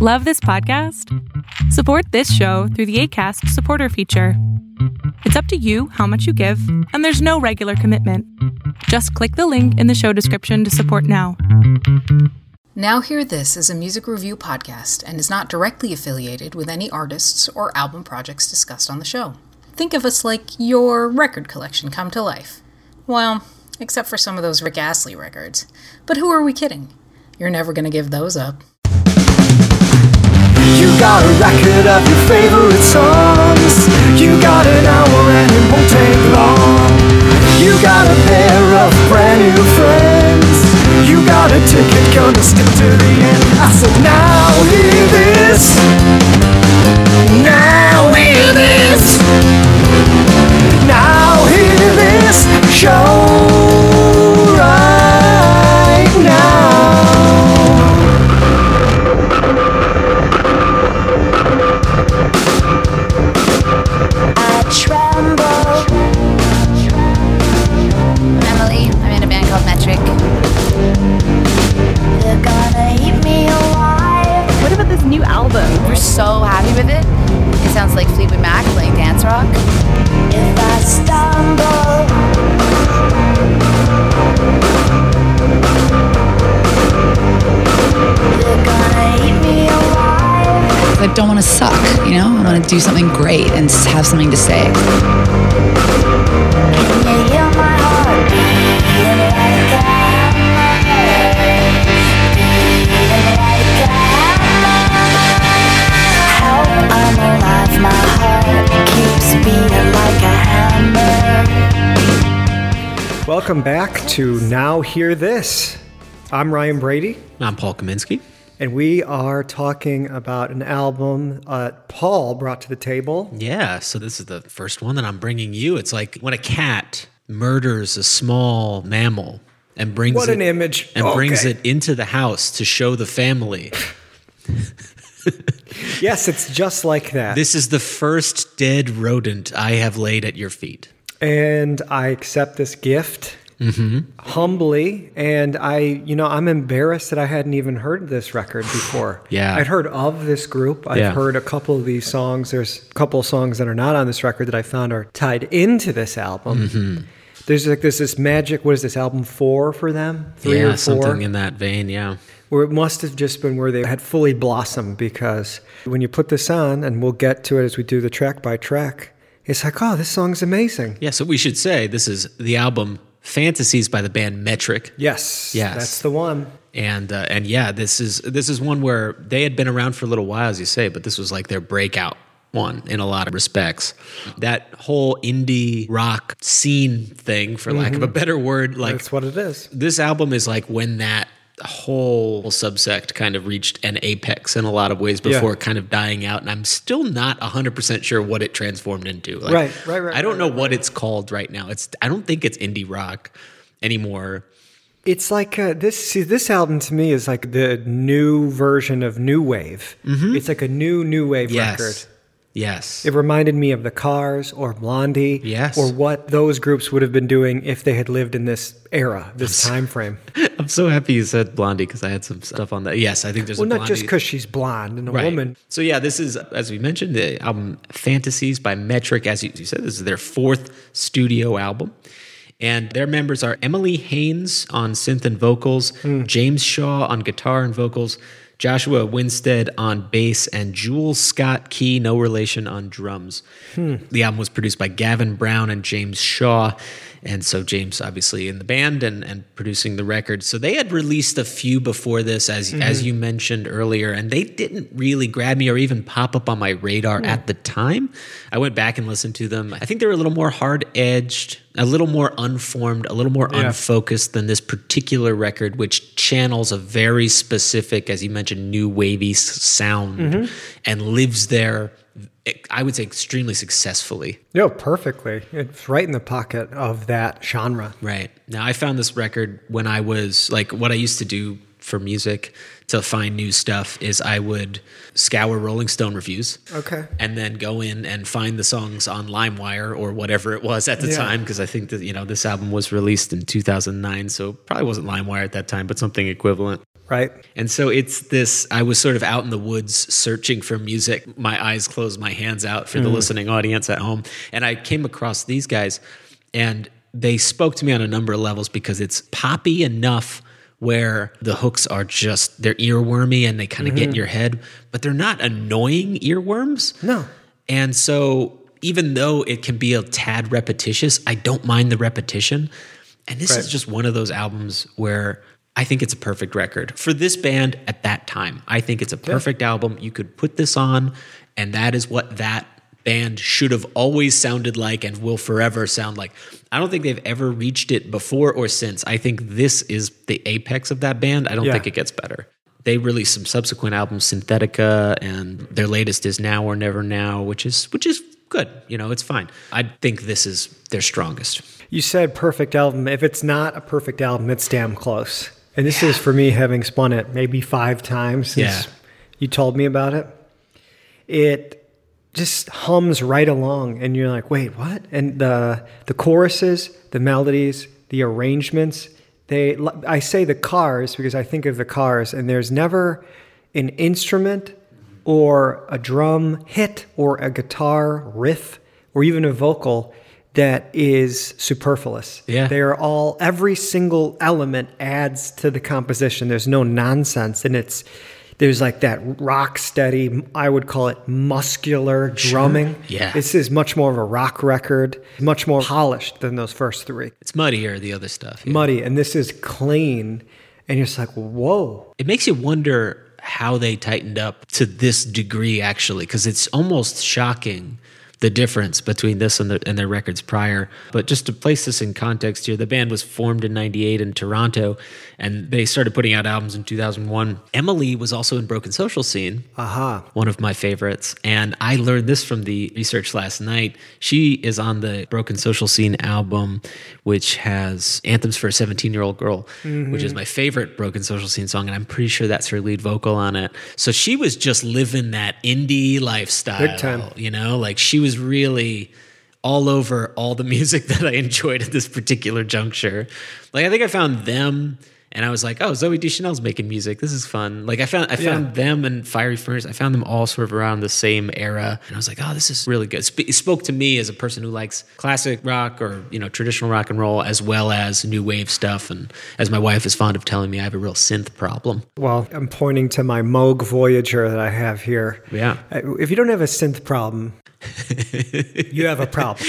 Love this podcast? Support this show through the ACAST supporter feature. It's up to you how much you give, and there's no regular commitment. Just click the link in the show description to support now. Now Hear This is a music review podcast and is not directly affiliated with any artists or album projects discussed on the show. Think of us like your record collection come to life. Well, except for some of those Rick Astley records. But who are we kidding? You're never going to give those up. You got a record of your favorite songs. You got an hour and it won't take long. You got a pair of brand new friends. You got a ticket, gonna stick to the end. I said, now hear this. Now hear this. Now hear this show. right now. I tremble. Emily. I'm in a band called Metric. They're gonna eat me alive. What about this new album? We're so happy with it. It sounds like Fleetwood Mac playing dance rock. If I stumble, they're gonna eat me alive. I don't want to suck, you know? I want to do something great and s- have something to say. Can you hear my heart beating like a hammer? Beating like a hammer. How I'm alive, my heart keeps beating like a hammer. Welcome back to Now Hear This. I'm Ryan Brady, I'm Paul Kaminsky. and we are talking about an album uh, Paul brought to the table. Yeah, so this is the first one that I'm bringing you. It's like when a cat murders a small mammal and brings What it, an image. Oh, and brings Okay. it into the house to show the family. Yes, it's just like that. This is the first dead rodent I have laid at your feet. and I accept this gift Mm-hmm. humbly. And I, you know, I'm embarrassed that I hadn't even heard this record before. Yeah. I'd heard of this group. I've Yeah. heard a couple of these songs. There's a couple of songs that are not on this record that I found are tied into this album. Mm-hmm. There's like this this magic. What is this album four for them? Three yeah, or four? something in that vein. Yeah, where it must have just been where they had fully blossomed because when you put this on, and we'll get to it as we do the track by track, it's like, oh, this song's amazing. yeah. So we should say this is the album "Fantasies" by the band Metric. Yes. Yes. That's the one. and uh, and yeah, this is this is one where they had been around for a little while, as you say, but this was like their breakout one in a lot of respects. That whole indie rock scene thing, for lack of a better word, like Mm-hmm. That's what it is. this album is like when that whole subsect kind of reached an apex in a lot of ways before kind of dying out and i'm still not 100% sure what it transformed into like Right, right, right, i don't right, know what it's called right now it's i don't think it's indie rock anymore It's like uh, this. See, this album to me is like the new version of new wave. It's like a new new wave yes record. yes It reminded me of the Cars or Blondie, Yes. or what those groups would have been doing if they had lived in this era, this time frame. I'm so happy you said Blondie because I had some stuff on that. Yes, I think there's Well, a not Blondie. just because she's blonde and a Right. woman. So yeah, this is as we mentioned the album "Fantasies" by Metric. As you, you said, this is their fourth studio album, and their members are Emily Haynes on synth and vocals, Hmm. James Shaw on guitar and vocals, Joshua Winstead on bass, and Jules Scott Key, no relation, on drums. Hmm. The album was produced by Gavin Brown and James Shaw. And so James obviously in the band and, and producing the record. So they had released a few before this, as as you mentioned earlier, and they didn't really grab me or even pop up on my radar at the time. I went back and listened to them. I think they were a little more hard edged, a little more unformed, a little more unfocused than this particular record, which channels a very specific, as you mentioned, new wavy s- sound and lives there. I would say extremely successfully. No, perfectly. It's right in the pocket of that genre. Right. Now, I found this record when I was like, what I used to do for music to find new stuff is I would scour Rolling Stone reviews. Okay. And then go in and find the songs on LimeWire or whatever it was at the Yeah. time. Because I think that, you know, this album was released in 2009. So it probably wasn't LimeWire at that time, but something equivalent. right? And so it's this I was sort of out in the woods searching for music, my eyes closed, my hands out for the listening audience at home. And I came across these guys and they spoke to me on a number of levels because it's poppy enough where the hooks are just they're earwormy and they kind of get in your head, but they're not annoying earworms. No. And so even though it can be a tad repetitious, I don't mind the repetition. And this is Right. just one of those albums where I think it's a perfect record for this band at that time. I think it's a perfect album. You could put this on, and that is what that band should have always sounded like and will forever sound like. I don't think they've ever reached it before or since. I think this is the apex of that band. I don't Yeah. think it gets better. They released some subsequent albums, Synthetica, and their latest is Now or Never Now, which is which is good. You know, it's fine. I think this is their strongest. You said perfect album. If it's not a perfect album, it's damn close. And this is for me having spun it maybe five times since Yeah. you told me about it. It just hums right along, and you're like, wait, what? And the the choruses, the melodies, the arrangements. They, I say the cars because I think of the cars, and there's never an instrument or a drum hit or a guitar riff or even a vocal that is superfluous. Yeah. They are all every single element adds to the composition. There's no nonsense and it's there's like that rock steady, I would call it muscular drumming. Yeah. This is much more of a rock record, much more polished than those first three. It's muddier, the other stuff. yeah. Muddy and this is clean and you're just like, "Whoa." It makes you wonder how they tightened up to this degree, actually, because it's almost shocking the difference between this and, the, and their records prior. But just to place this in context here, the band was formed in 98 in Toronto, and they started putting out albums in 2001. Emily was also in Broken Social Scene, Aha. one of my favorites. And I learned this from the research last night. She is on the Broken Social Scene album, which has Anthems for a 17 year old Girl, which Mm-hmm. is my favorite Broken Social Scene song. And I'm pretty sure that's her lead vocal on it. So she was just living that indie lifestyle. Big time. You know, like she was really all over all the music that I enjoyed at this particular juncture. Like I think I found them and I was like, oh, Zoe Deschanel's making music. This is fun. Like I found I found them and Fiery Furnace. I found them all sort of around the same era. And I was like, oh, this is really good. Sp- it spoke to me as a person who likes classic rock or, you know, traditional rock and roll as well as new wave stuff. And as my wife is fond of telling me, I have a real synth problem. Well, I'm pointing to my Moog Voyager that I have here. Yeah. Uh, If you don't have a synth problem, you have a problem.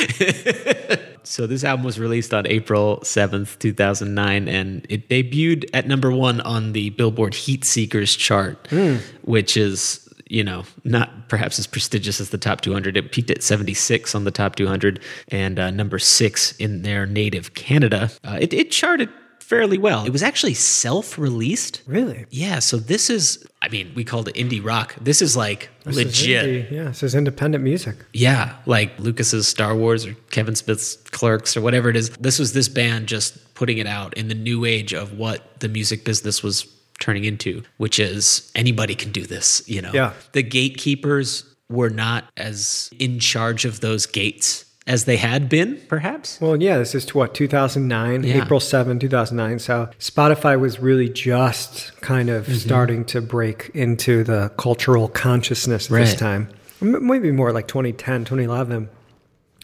So this album was released on April 7th, 2009 and it debuted at number 1 on the Billboard Heat Seekers chart, Hmm. which is, you know, not perhaps as prestigious as the top 200. It peaked at 76 on the top 200 and uh, number 6 in their native Canada. Uh, it it charted fairly well. It was actually self-released. Really? Yeah, so this is I mean, we called it indie rock. This is like This is legit. indie. Yeah, this is independent music. Yeah, like Lucas's Star Wars or Kevin Smith's Clerks or whatever it is. This was this band just putting it out in the new age of what the music business was turning into, which is anybody can do this, you know. Yeah. The gatekeepers were not as in charge of those gates as they had been, perhaps. Well, yeah, this is to what, 2009, Yeah. April 7, 2009. So Spotify was really just kind Mm-hmm. of starting to break into the cultural consciousness at this Right. time. M- Maybe more like 2010, 2011.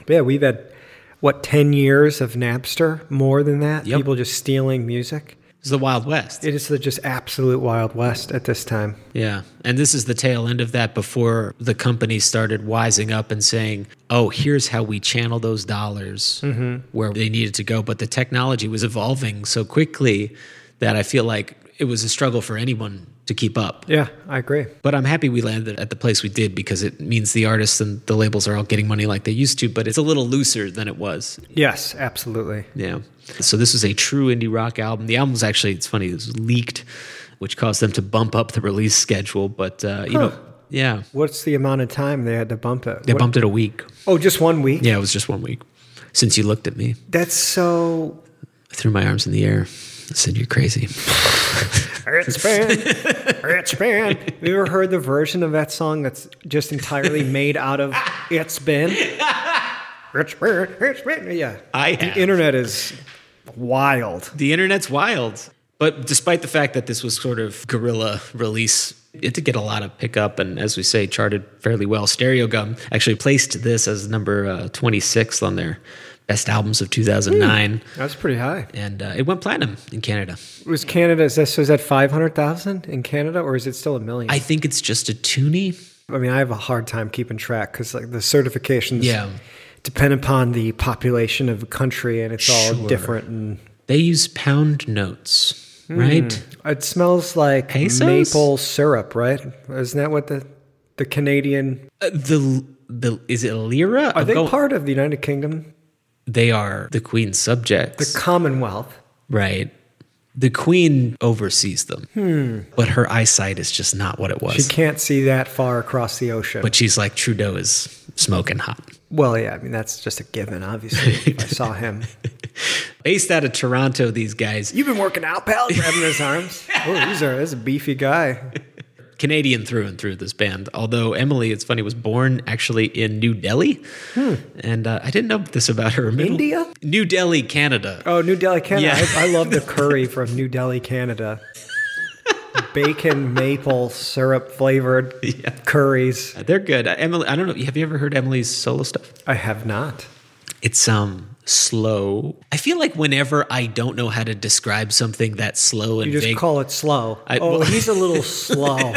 But yeah, we've had, what, 10 years of Napster, more than that? Yep. People just stealing music. It was the Wild West. It is the just absolute Wild West at this time. Yeah. And this is the tail end of that before the company started wising up and saying, oh, here's how we channel those dollars where they needed to go. But the technology was evolving so quickly that I feel like it was a struggle for anyone to keep up. Yeah, I agree. But I'm happy we landed at the place we did because it means the artists and the labels are all getting money like they used to, but it's a little looser than it was. Yes, absolutely. Yeah. So this was a true indie rock album. The album's actually, it's funny, it was leaked, which caused them to bump up the release schedule. But, uh, you know, yeah. What's the amount of time they had to bump it? They What- bumped it a week. oh, just one week? Yeah, it was just one week. Since you looked at me, That's so. I threw my arms in the air. I said, You're crazy. It's been. It's been. Have you ever heard the version of that song that's just entirely made out of It's Been? It's been. It's been. Yeah. I the have. internet is wild. The internet's wild. But despite the fact that this was sort of guerrilla release, it did get a lot of pickup and, as we say, charted fairly well. Stereo Gum actually placed this as number uh, 26 on their best albums of 2009, That's pretty high. and uh, it went platinum in Canada. Was Canada, is that, so is that 500,000 in Canada or is it still a million? I think it's just a toonie. I mean, I have a hard time keeping track because like the certifications Yeah. depend upon the population of a country, and it's all Sure. different. And They use pound notes, right? it smells like Pesos? maple syrup, right? Isn't that what the the Canadian? Uh, the the is it lira? Are I'm they going- part of the United Kingdom, They are the queen's subjects, the Commonwealth? right? The queen oversees them, but her eyesight is just not what it was. Hmm. She can't see that far across the ocean. but she's like Trudeau is smoking hot. well, yeah, I mean that's just a given. Obviously, if I saw him. Based out of Toronto, these guys You've been working out, pal. Grabbing his arms. Oh, these are this is a beefy guy. Canadian through and through. This band, although Emily, it's funny, was born actually in New Delhi, and uh, I didn't know this about her. Middle- Hmm. India? New Delhi, Canada. Oh, New Delhi, Canada. Yeah. I, I love the curry from New Delhi, Canada. Bacon maple syrup flavored Yeah. curries. They're good. Uh, Emily, I don't know. Have you ever heard Emily's solo stuff? I have not. It's um slow. I feel like whenever I don't know how to describe something that's slow and You just vague, call it slow. I- oh, well- he's a little slow.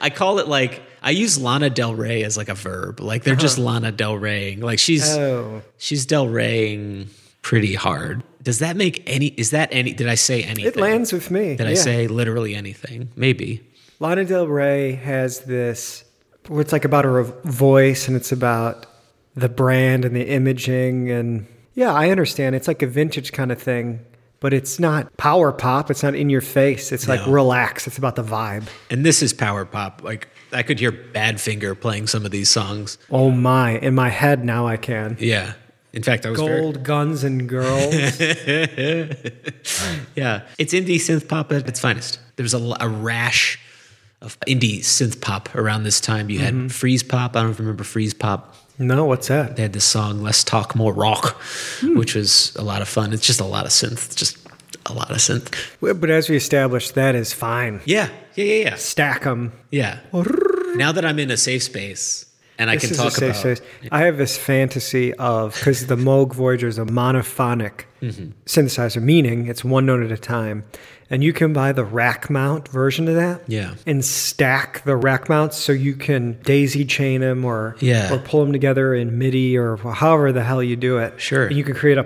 I call it like I use Lana Del Rey as like a verb. Like they're just Lana Del Reying. Like she's Uh-huh. Oh, she's Del Reying pretty hard. Does that make any? Is that any? Did I say anything? it lands with me. Did I Yeah. say literally anything? Maybe. Lana Del Rey has this where it's like about her voice and it's about the brand and the imaging and yeah, I understand. It's like a vintage kind of thing, but it's not power pop. It's not in your face. It's like No. relax. It's about the vibe. And this is power pop. Like I could hear Badfinger playing some of these songs. Oh my! In my head now, I can. Yeah. In fact, I was very- Gold Guns and Girls. Yeah, it's indie synth pop at its finest. There's a, l- a rash of indie synth pop around this time. You Mm-hmm. had Freeze Pop. I don't know if you remember Freeze Pop. no, what's that? They had this song "Let's Talk More Rock," Hmm. which was a lot of fun. It's just a lot of synth. It's just a lot of synth. Well, But as we established, that is fine. Yeah, yeah, yeah, Stack them. yeah. yeah. Now that I'm in a safe space and I This can is talk a safe about space. I have this fantasy of because the Moog Voyager is a monophonic Mm-hmm. synthesizer, meaning it's one note at a time, and you can buy the rack mount version of that. Yeah. And stack the rack mounts so you can daisy chain them or Yeah. or pull them together in MIDI or however the hell you do it. Sure. And you can create a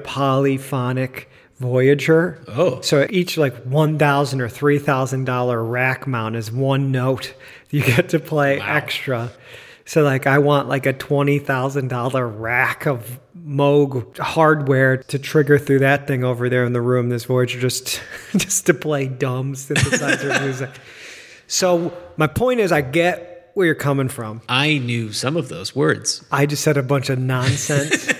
polyphonic. Voyager. Oh. So each like one thousand or three thousand dollar rack mount is one note you get to play extra. So like I want like a twenty thousand dollar rack of Moog hardware to trigger through that thing over there in the room. This Voyager just just to play dumb synthesizer music. So my point is, I get where you're coming from. I knew some of those words. I just said a bunch of nonsense.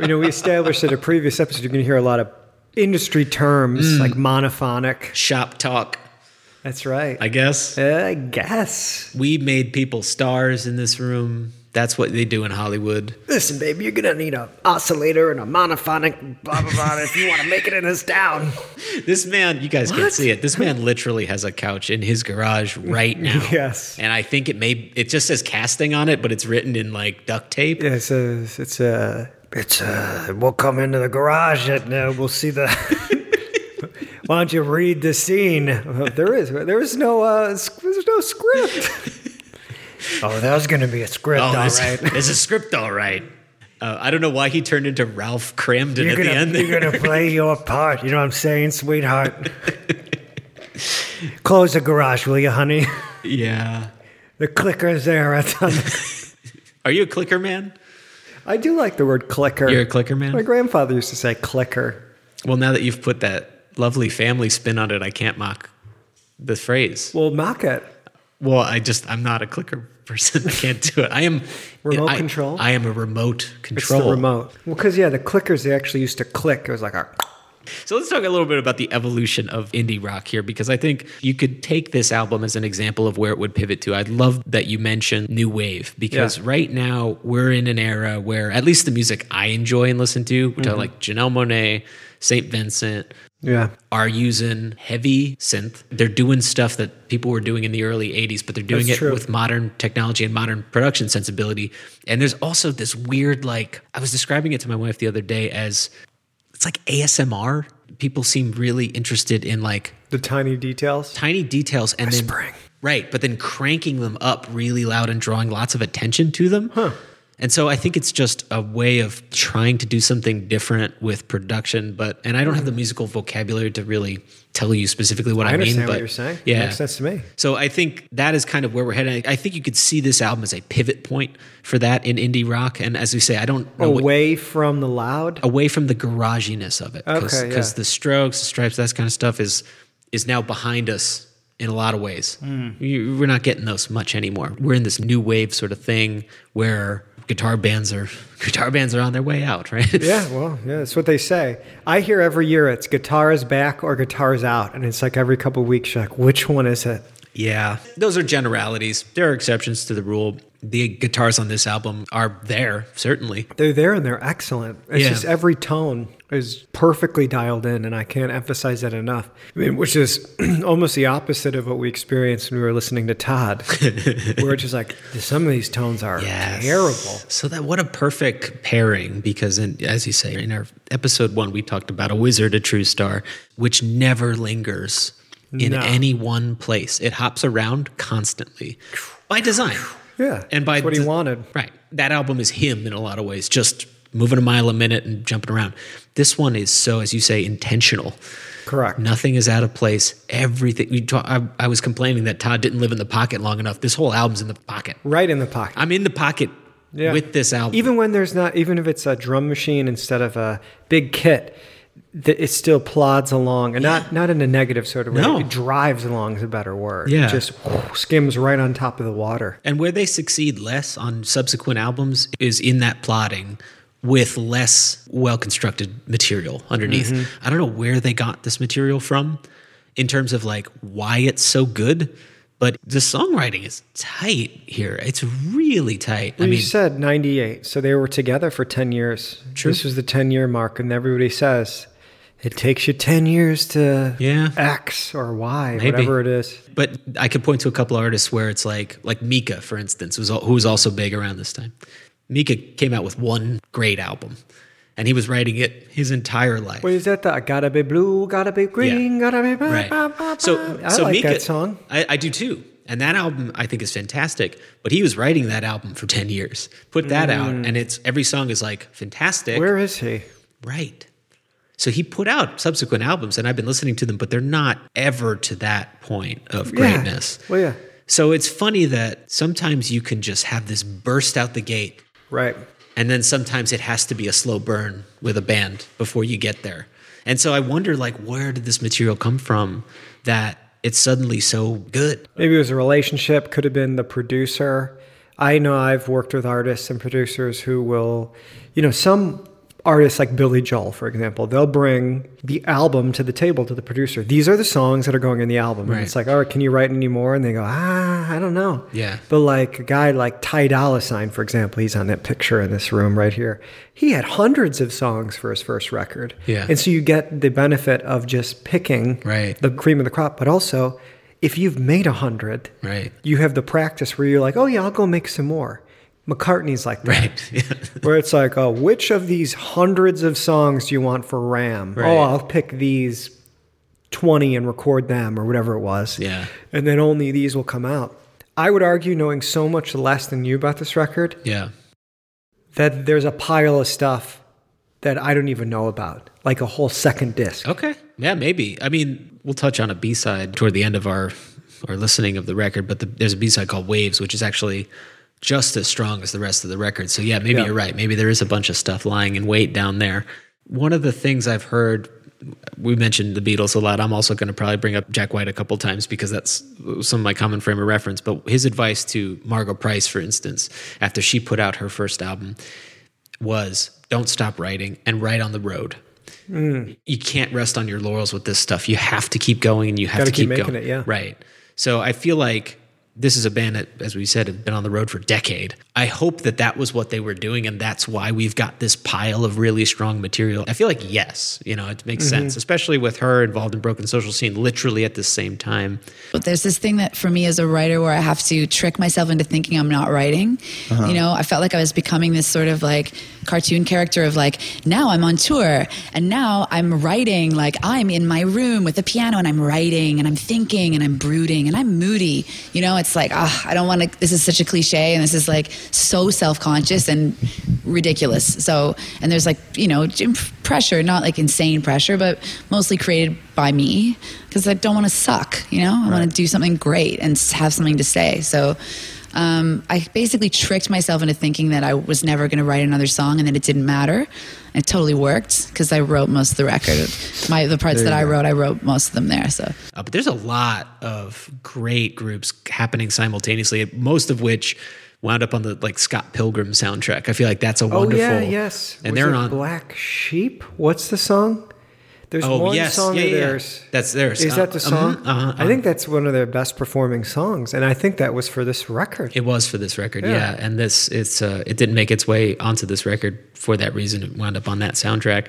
you know, we established in a previous episode you're going to hear a lot of industry terms like monophonic. Shop talk, That's right. I guess. Uh, I guess. We made people stars in this room. That's what they do in Hollywood. Listen, baby, you're gonna need a oscillator and a monophonic blah blah blah if you want to make it in this town. This man, you guys can't What? see it. This man literally has a couch in his garage right now. Yes. And I think it may, it just says casting on it, but it's written in like duct tape. Yeah, it's a, it's a, it's a. We'll come into the garage and uh, we'll see the. Why don't you read the scene? Uh, there is, there is no, uh, sc- there's no script. oh, there's gonna be a script, all there's, right. there's Oh, a script, all right. Uh, I don't know why he turned into Ralph Cramden You're at gonna, the end. you're there. gonna play your part. You know what I'm saying, sweetheart? Close the garage, will you, honey? yeah. The clicker's there. It's on the- Are you a clicker man? I do like the word clicker. You're a clicker man? My grandfather used to say clicker. Well, now that you've put that lovely family spin on it, I can't mock the phrase. Well, mock it. Well, I just I'm not a clicker person. I can't do it. I am Remote I- control? I am a remote It's control. the remote. Well, because yeah, the clickers they actually used to click. It was like a. So let's talk a little bit about the evolution of indie rock here, because I think you could take this album as an example of where it would pivot to. I love that you mentioned new wave because Yeah. right now we're in an era Mm-hmm. where at least the music I enjoy and listen to, which I like Janelle Monet, Saint Vincent, Yeah. are using heavy synth. They're doing stuff that people were doing in the early 80s, but they're doing That's it true. with modern technology and modern production sensibility. And there's also this weird, like, I was describing it to my wife the other day as it's like ASMR. People seem really interested in like The tiny details. tiny details and then Whispering. right but then cranking them up really loud and drawing lots of attention to them and so i think it's just a way of trying to do something different with production but and i don't have the musical vocabulary to really tell you specifically what i, Hmm. I understand mean what but you're saying. yeah Makes sense to me. so i think that is kind of where we're headed i think you could see this album as a pivot point for that in indie rock and as we say i don't know what- Away from the loud. away from the garaginess of it because Okay, yeah. the strokes the stripes that kind of stuff is is now behind us in a lot of ways Hmm. You- we're not getting those much anymore we're in this new wave sort of thing where guitar bands are guitar bands are on their way out right Yeah, well, yeah, that's what they say. I hear every year it's guitars back or guitars out, and it's like every couple of weeks you're like, which one is it? yeah those are generalities there are exceptions to the rule the guitars on this album are there certainly They're there and they're excellent. It's Yeah. just every tone is perfectly dialed in, and I can't emphasize that enough. I mean, which is almost the opposite of what we experienced when we were listening to Todd, where it's just like some of these tones are Yes. terrible. So that what a perfect pairing because in, as you say in our episode 1 we talked about a wizard a true star which never lingers in No. any one place. It hops around constantly by design. Yeah, And by that's what he de- wanted. Right. That album is him in a lot of ways, just moving a mile a minute and jumping around. This one is so as you say intentional. Correct. Nothing is out of place. Everything. We talk, I, I was complaining that Todd didn't live in the pocket long enough. This whole album's in the pocket. Right in the pocket. I'm in the pocket Yeah. with this album. Even when there's not, even if it's a drum machine instead of a big kit, th- it still plods along, and not not in a negative sort of way. No. It drives along is a better word. Yeah. It just skims right on top of the water. and where they succeed less on subsequent albums is in that plotting with less well constructed material underneath. Mm-hmm. I don't know where they got this material from in terms of like why it's so good, but the songwriting is tight here. It's really tight. I you mean, said '98, so they were together for ten years. True. This was the ten-year mark, and everybody says it takes you ten years to Yeah. X or Y, Maybe. whatever it is. but I could point to a couple artists where it's like like Mika, for instance, was al- who was also big around this time. Mika came out with one great album, and he was writing it his entire life. Wait, is that the "Gotta Be Blue, Gotta Be Green, Gotta Be"? Ba, ba, ba, right. So, ba? I so like Mika, that song. I, I do too. And that album I think is fantastic. But he was writing that album for ten years. Put that out, and it's every song is like fantastic. Mm. Where is he? Right. So he put out subsequent albums, and I've been listening to them, but they're not ever to that point of greatness. Yeah. Well, yeah. So it's funny that sometimes you can just have this burst out the gate, Right. and then sometimes it has to be a slow burn with a band before you get there. And so I wonder, like, where did this material come from that it's suddenly so good? Maybe it was a relationship, could have been the producer. I know I've worked with artists and producers who will, you know, some artists like Billy Joel, for example, they'll bring the album to the table to the producer. These are the songs that are going in the album. And it's Right. like, all right, can you write any more? And they go, ah, I don't know. Yeah. But like a guy like Ty Dolla Sign, for example, he's on that picture in this room right here. He had hundreds of songs for his first record. Yeah. And so you get the benefit of just picking Right. the cream of the crop, but also if you've made a hundred, Right. you have the practice where you're like, oh yeah, I'll go make some more. McCartney's like that, Right. Yeah. where it's like, oh, which of these hundreds of songs do you want for Ram? Right. Oh, I'll pick these twenty and record them or whatever it was. Yeah. and then only these will come out. I would argue, knowing so much less than you about this record, yeah. that there's a pile of stuff that I don't even know about, like a whole second disc. Okay. Yeah, maybe. I mean, we'll touch on a B side toward the end of our our listening of the record, but the, there's a B side called Waves, which is actually just as strong as the rest of the record. So yeah, maybe Yeah. you're right. Maybe there is a bunch of stuff lying in wait down there. One of the things I've heard. We mentioned the Beatles a lot. I'm also going to probably bring up Jack White a couple times because that's some of my common frame of reference. But his advice to Margot Price, for instance, after she put out her first album, was don't stop writing and write on the road Hmm. you can't rest on your laurels with this stuff. You have to keep going and you have Gotta to keep, keep making going. it, yeah. Right. So I feel like this is a band that, as we said, have been on the road for a decade. I hope that that was what they were doing, and that's why we've got this pile of really strong material. I feel like yes, you know, it makes Mm-hmm. sense, especially with her involved in Broken Social Scene, literally at the same time. But there's this thing that for me as a writer where I have to trick myself into thinking I'm not writing. You know, I felt like I was becoming this sort of like cartoon character of like, now I'm on tour and now I'm writing. Like I'm in my room with a piano and I'm writing and I'm thinking and I'm brooding and I'm moody. You know, it's like, ah, I don't want to, this is such a cliche and this is like so self conscious and ridiculous. So, and there's like, you know, j- pressure, not like insane pressure, but mostly created by me because I don't want to suck, you know? I want to do something great and s- have something to say. So um, I basically tricked myself into thinking that I was never going to write another song and that it didn't matter. It totally worked because I wrote most of the record. My, the parts that I wrote, I wrote most of them there. So Uh, but there's a lot of great groups happening simultaneously, most of which wound up on the like Scott Pilgrim soundtrack. I feel like that's a Oh wonderful. yeah, yes. and Was they're it on. Black Sheep. What's the song? There's Oh, one yes. song Yeah, of yeah, yeah. theirs. That's theirs. Is Uh, that the song? mhm, uh-huh, I think that's one of their best performing songs, and I think that was for this record. It was for this record, yeah. And this, it's, uh, it didn't make its way onto this record for that reason. It wound up on that soundtrack.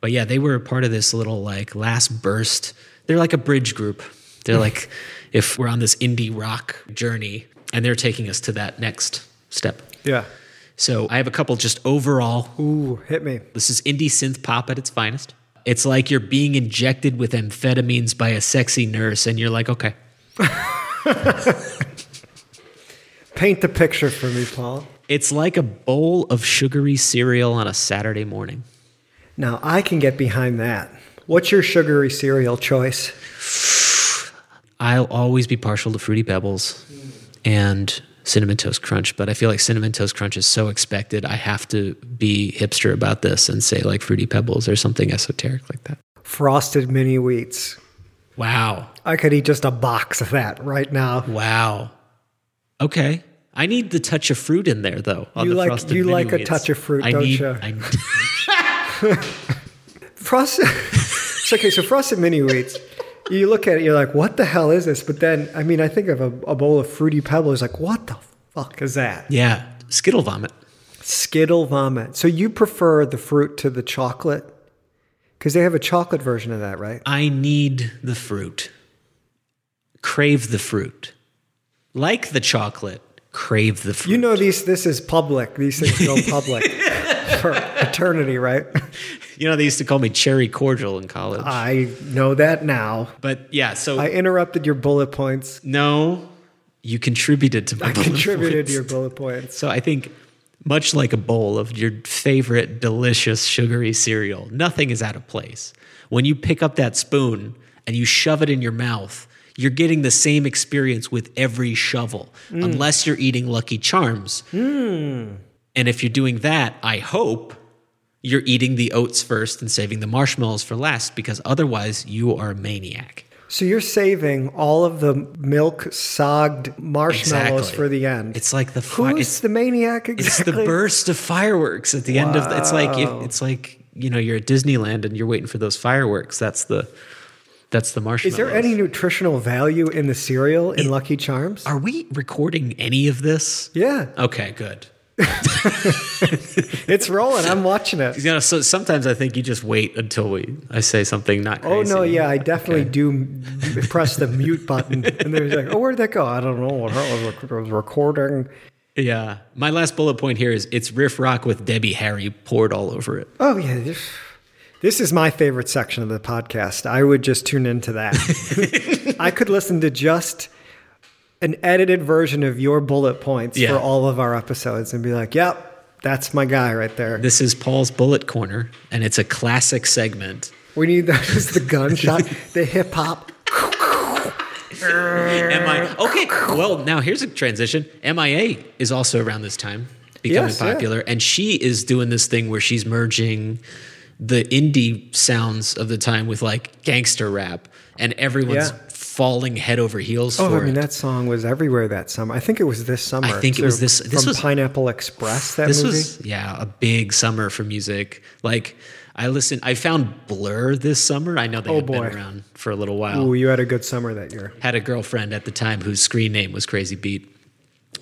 But yeah, they were a part of this little like last burst. They're like a bridge group. They're like, if we're on this indie rock journey, and they're taking us to that next step. yeah. So I have a couple just overall Ooh, hit me. This is indie synth pop at its finest. It's like you're being injected with amphetamines by a sexy nurse, and you're like, okay. Paint the picture for me, Paul. It's like a bowl of sugary cereal on a Saturday morning. Now I can get behind that. What's your sugary cereal choice? I'll always be partial to Fruity Pebbles and Cinnamon Toast Crunch, but I feel like Cinnamon Toast Crunch is so expected. I have to be hipster about this and say like Fruity Pebbles or something esoteric like that. Frosted mini wheats. Wow. I could eat just a box of that right now. Wow. Okay. I need the touch of fruit in there, though. on You the like- Frosted you Mini like a Wheats. touch of fruit, I don't need- ya? I- Frosted. It's okay, so frosted mini wheats. You look at it, you're like, what the hell is this? But then, I mean, I think of a, a bowl of fruity pebbles. Like, what the fuck is that? Yeah, Skittle vomit. Skittle vomit. So you prefer the fruit to the chocolate? Because they have a chocolate version of that, right? I need the fruit. Crave the fruit. Like the chocolate, crave the fruit. You know, these. This is public. These things go public for eternity, right? You know, they used to call me cherry cordial in college. I know that now. but yeah, so Ah. I interrupted your bullet points. no, you contributed to my I bullet contributed points. to your bullet points. So I think much like a bowl of your favorite delicious sugary cereal, nothing is out of place. When you pick up that spoon and you shove it in your mouth, you're getting the same experience with every shovel, unless you're eating Lucky Charms. And if you're doing that, I hope you're eating the oats first and saving the marshmallows for last, because otherwise you are a maniac. So you're saving all of the milk sogged marshmallows Exactly. for the end. It's like the fi- Who's it's- the maniac it's exactly? the burst of fireworks at the end of it's like if, it's like you know you're at Disneyland and you're waiting for those fireworks. That's the that's the marshmallow. Is there any nutritional value in the cereal in Lucky Charms? Are we recording any of this? yeah, Okay, good. it's rolling. I'm watching it. You know, so sometimes I think you just wait until we I say something not. Oh crazy. no, yeah, I definitely do m- press the mute button, and they're like, "Oh, where'd that go? I don't know. I was recording." yeah. My last bullet point here is it's riff rock with Debbie Harry poured all over it. Oh yeah, this, this is my favorite section of the podcast. I would just tune into that. I could listen to just an edited version of your bullet points Yeah. for all of our episodes and be like, "Yep, that's my guy right there." This is Paul's bullet corner, and it's a classic segment. we need that is the gunshot, the hip hop. Am I okay? Well, now here's a transition. MIA is also around this time becoming Yes, yeah. popular, and she is doing this thing where she's merging the indie sounds of the time with like gangster rap, and everyone's Yeah. falling head over heels Oh, for I mean it. that song was everywhere that summer. I think it was this summer. think it was this- from this was- Pineapple Express. That this movie. was yeah a big summer for music. Like I listened. I found Blur this summer. I know they Oh, had boy. been around for a little while. Ooh, you had a good summer that year. Had a girlfriend at the time whose screen name was Crazy Beat.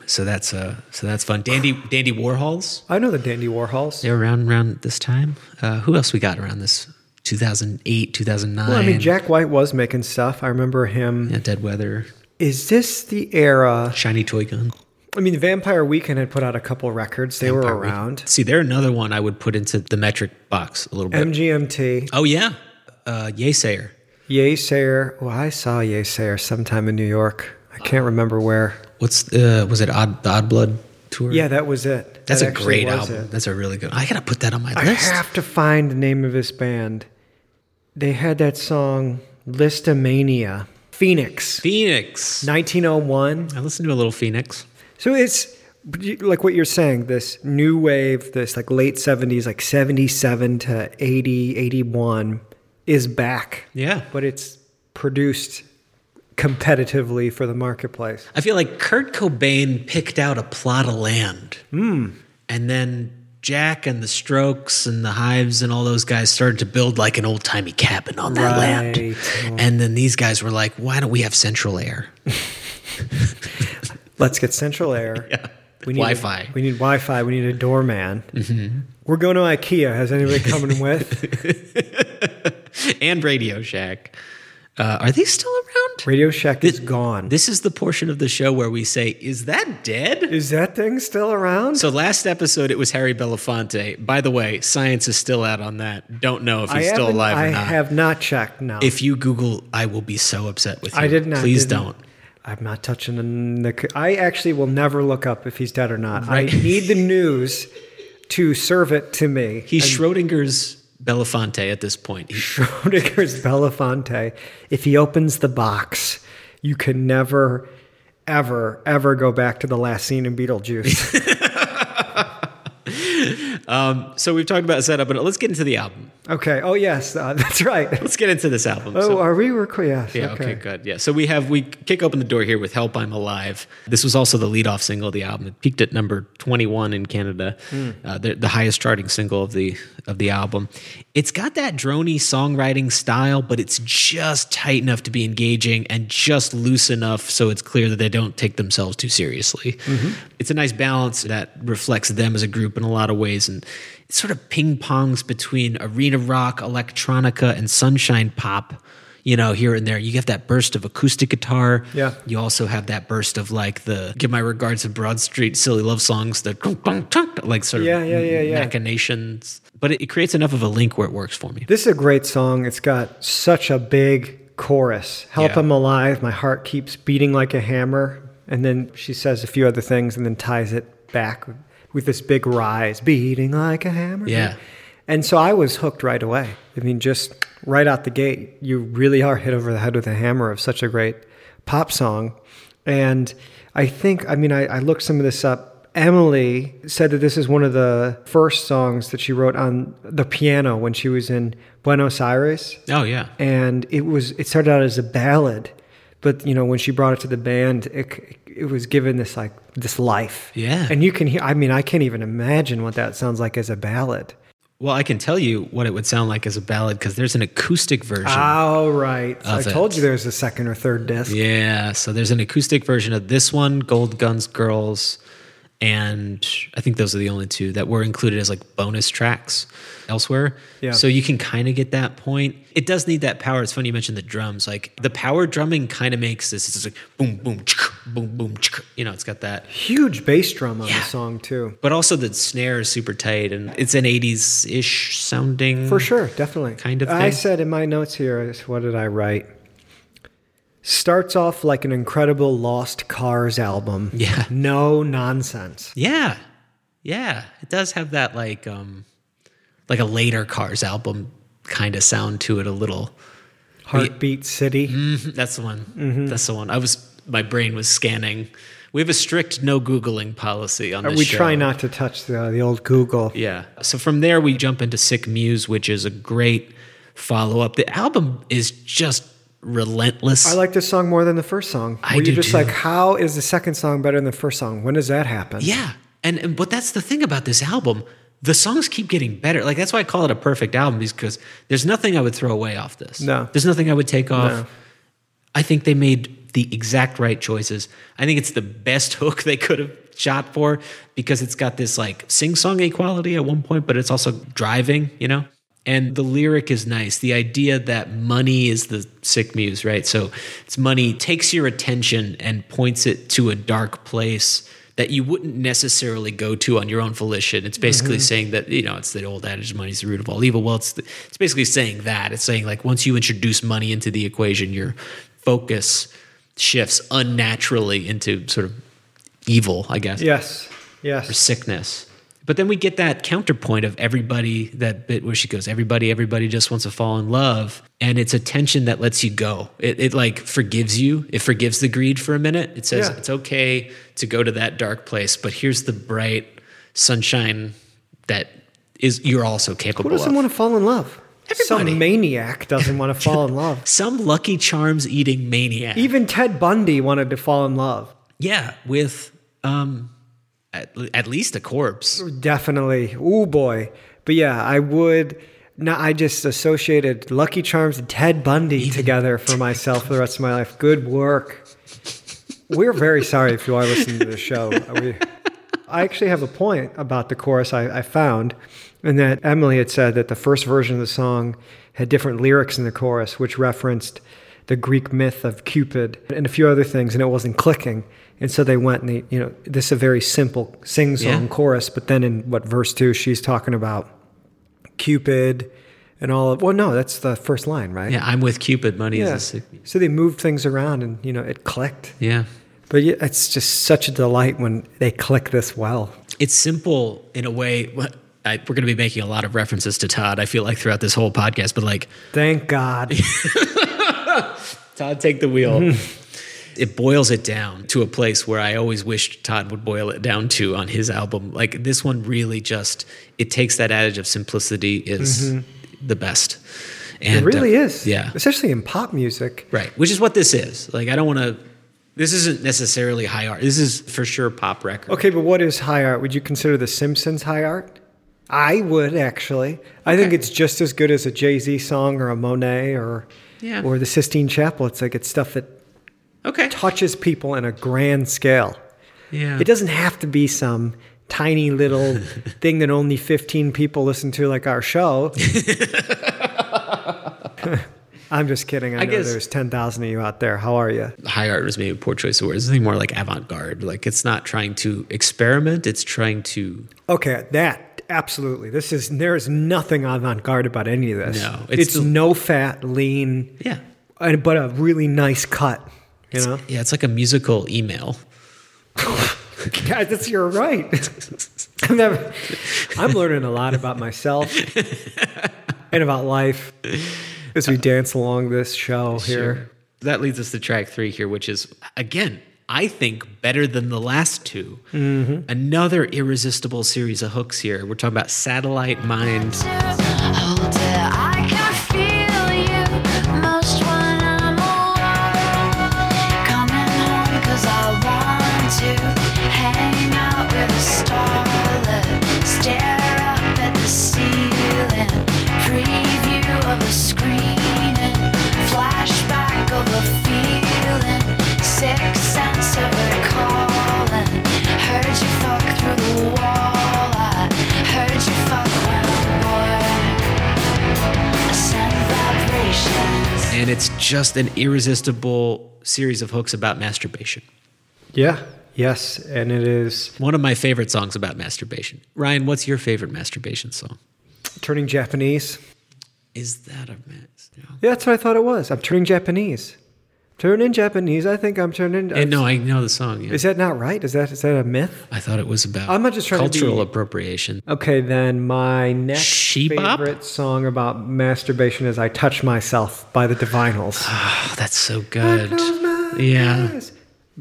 So that's uh, so that's fun. Dandy Dandy Warhols. I know the Dandy Warhols. They're around around this time. Uh, who else we got around this? 2008, 2009. Well, I mean, Jack White was making stuff. I remember him. Yeah, Dead Weather, Is this the era? Shiny Toy Gun. I mean, Vampire Weekend had put out a couple records. They were Vampire Weekend. around. See, they're another one I would put into the metric box a little bit. MGMT, oh yeah, uh, Yaysayer. Yesayer. Well, I saw Yesayer sometime in New York. I can't remember where. What's uh, was it? Odd the Odd Blood tour. Yeah, that was it. that's That a actually great was album. it. That's a really good. I gotta put that on my I list. have to find the name of his band. They had that song Listomania, Phoenix, Phoenix. 1901. I listened to a little Phoenix. So it's but you- like what you're saying, this new wave, this like late 70s, like 77 to 80, 81 is back. Yeah. But it's produced competitively for the marketplace. I feel like Kurt Cobain picked out a plot of land. Hmm. And then Jack and the Strokes and the Hives and all those guys started to build like an old timey cabin on that land. Right. And then these guys were like, why don't we have central air? Let's get central air. We need Wi-Fi. Mm-hmm. We need Wi-Fi. We need a doorman. We're going to IKEA. Has anybody coming with and Radio Shack. Uh, are they still around? Radio Shack? This- is gone. This is the portion of the show where we say, is that dead? is that thing still around? So last episode it was Harry Belafonte. By the way, science is still out on that. Don't know if I he's still haven't- alive or I not. have not checked. No, If you Google, I will be so upset with you. I did not. Please didn't- don't. I'm not touching the. c- I actually will never look up if he's dead or not. Right. I need the news to serve it to me. He's Schrodinger's Belafonte at this point. He- Schrodinger's Belafonte. If he opens the box, you can never, ever, ever go back to the last scene in Beetlejuice. so we've talked about setup, but let's get into the album. okay. Oh yes, uh, that's right. Let's get into this album. Oh, So- are we recording? Yes. yeah, okay. good. Yeah, so we have we kick open the door here with "Help I'm Alive." This was also the lead-off single of the album. It peaked at number 21 in Canada, uh, the, the highest charting single of the of the album. It's got that drony songwriting style, but it's just tight enough to be engaging and just loose enough so it's clear that they don't take themselves too seriously. It's a nice balance that reflects them as a group in a lot of ways and it sort of ping pongs between arena rock, electronica, and sunshine pop. You know, here and there, you have that burst of acoustic guitar. Yeah. You also have that burst of like the "Give My Regards" to Broad Street silly love songs, the like sort of Yeah, yeah, yeah, yeah. machinations. But it, it creates enough of a link where it works for me. This is a great song. It's got such a big chorus. Help Yeah. him alive. My heart keeps beating like a hammer. And then she says a few other things and then ties it back with this big rise beating like a hammer. Yeah. And so I was hooked right away. I mean, just right out the gate, you really are hit over the head with a hammer of such a great pop song. And I think, I mean, I, I looked some of this up. Emily said that this is one of the first songs that she wrote on the piano when she was in Buenos Aires Oh yeah. and it was it started out as a ballad but you know when she brought it to the band it c- it was given this like this life Yeah. and you can hear i mean i can't even imagine what that sounds like as a ballad Well, I can tell you what it would sound like as a ballad because there's an acoustic version. all right so i Of it. told you there's a second or third disc Yeah, so there's an acoustic version of this one, Gold Guns Girls, and I think those are the only two that were included as like bonus tracks elsewhere. Yeah. So you can kind of get that point. It does need that power. It's funny you mentioned the drums. Like the power drumming kind of makes this. It's like boom, boom, chk, boom, boom, chk. you know, it's got that. huge bass drum on Yeah. the song too But also the snare is super tight and it's an 80s ish sounding. for sure definitely Mm. Kind of i thing. said in my notes here is what did i write starts off like an incredible lost cars album Yeah. no nonsense Yeah. Yeah. It does have that like um like a later Cars album kind of sound to it a little. heartbeat city Mm, That's the one. Mm-hmm. That's the one. I was my brain was scanning. We have a strict no googling policy on this Uh, we show. try not to touch the, the old Google. Yeah. So from there we jump into Sick Muse, which is a great follow up. The album is just relentless. I like this song more than the first song. I Where you're do just too. like, how is the second song better than the first song? When does that happen? Yeah. And, and but that's the thing about this album. the songs keep getting better. Like that's why I call it a perfect album because there's nothing I would throw away off this. No. There's nothing I would take off. No. I think they made the exact right choices. I think it's the best hook they could have shot for because it's got this like sing-songy quality at one point, but it's also driving, you know? And the lyric is nice. The idea that money is the sick muse, right? So it's money takes your attention and points it to a dark place that you wouldn't necessarily go to on your own volition. It's basically saying that, you know, it's the old adage, money's the root of all evil. Well, it's, the, it's basically saying that. It's saying, like, once you introduce money into the equation, your focus shifts unnaturally into sort of evil, I guess, Yes. or Yes. sickness. But then we get that counterpoint of everybody, that bit where she goes, everybody, everybody just wants to fall in love. And it's a tension that lets you go. It, it like forgives you. It forgives the greed for a minute. It says Yeah. it's okay to go to that dark place, but here's the bright sunshine that is you're also Who capable doesn't of. want to fall in love? Everybody. Some maniac doesn't want to fall in love. Some Lucky Charms eating maniac. Even Ted Bundy wanted to fall in love. Yeah, with um, at, at least a corpse. Definitely. Oh boy. But yeah, I would. No, I just associated Lucky Charms and Ted Bundy together for myself for the rest of my life. Good work. We're very sorry if you are listening to the show. We, I actually have a point about the chorus I, I found, and that Emily had said that the first version of the song had different lyrics in the chorus, which referenced the Greek myth of Cupid and a few other things, and it wasn't clicking. And so they went and they, you know, this is a very simple sing song Yeah. chorus, but then in what verse two, she's talking about Cupid and all of, well, no, that's the first line, right? Yeah, I'm with Cupid. Money Yeah. is a sick. So they moved things around and, you know, it clicked. Yeah, But yeah, it's just such a delight when they click this well. it's simple in a way. What I, we're going to be making a lot of references to Todd. I feel like throughout this whole podcast, but like Thank God. Todd, take the wheel. It boils it down to a place where I always wished Todd would boil it down to on his album. Like this one really just it takes that adage of simplicity is the best. And It really uh, is. Yeah. Especially in pop music. Right, which is what this is. Like, I don't want to. This isn't necessarily high art. This is for sure pop record. Okay, but what is high art? Would you consider The Simpsons high art? I would actually. I think it's just as good as a Jay Z song or a Monet or Yeah. or the Sistine Chapel. It's like it's stuff that Okay. touches people in a grand scale. Yeah. It doesn't have to be some tiny little thing that only 15 people listen to, like our show. I'm just kidding. I, I know guess- there's 10,000 of you out there. How are you? High art was maybe a poor choice of words. It's something more like avant garde. Like, it's not trying to experiment. It's trying to. Okay, that absolutely. This is there is nothing avant-garde about any of this. No, it's it's, the- no fat, lean, Yeah. and- but a really nice cut. You know, Yeah, it's like a musical email. yeah, that's you're right. I'm, never, I'm learning a lot about myself and about life as we dance along this show here. That leads us to track three here, which is, again, I think better than the last 2 Mm-hmm. Another irresistible series of hooks here. We're talking about Satellite Mind. Hold it, Oh, I can feel you most when I'm alone. Coming home 'cause I want to hang out with a starlet, stare up at the ceiling, preview of the screening, flashback of a feeling, sixth sense of recalling. Heard you fuck through the wall. I heard you fuck when boy. Send vibrations. And it's just an irresistible series of hooks about masturbation. Yeah. Yes, and it is One of my favorite songs about masturbation. Ryan, what's your favorite masturbation song? turning Japanese. Is that a mess? No. Yeah, that's what I thought it was. I'm turning Japanese. Turning Japanese. I think I'm turning. And no, I know the song. Yeah. Is that not right? Is that is that a myth? I thought it was about I'm not just trying to be- cultural appropriation. Okay, then my next Shebop? favorite song about masturbation is "I Touch Myself" by the Divinals. Oh, that's so good. Yeah.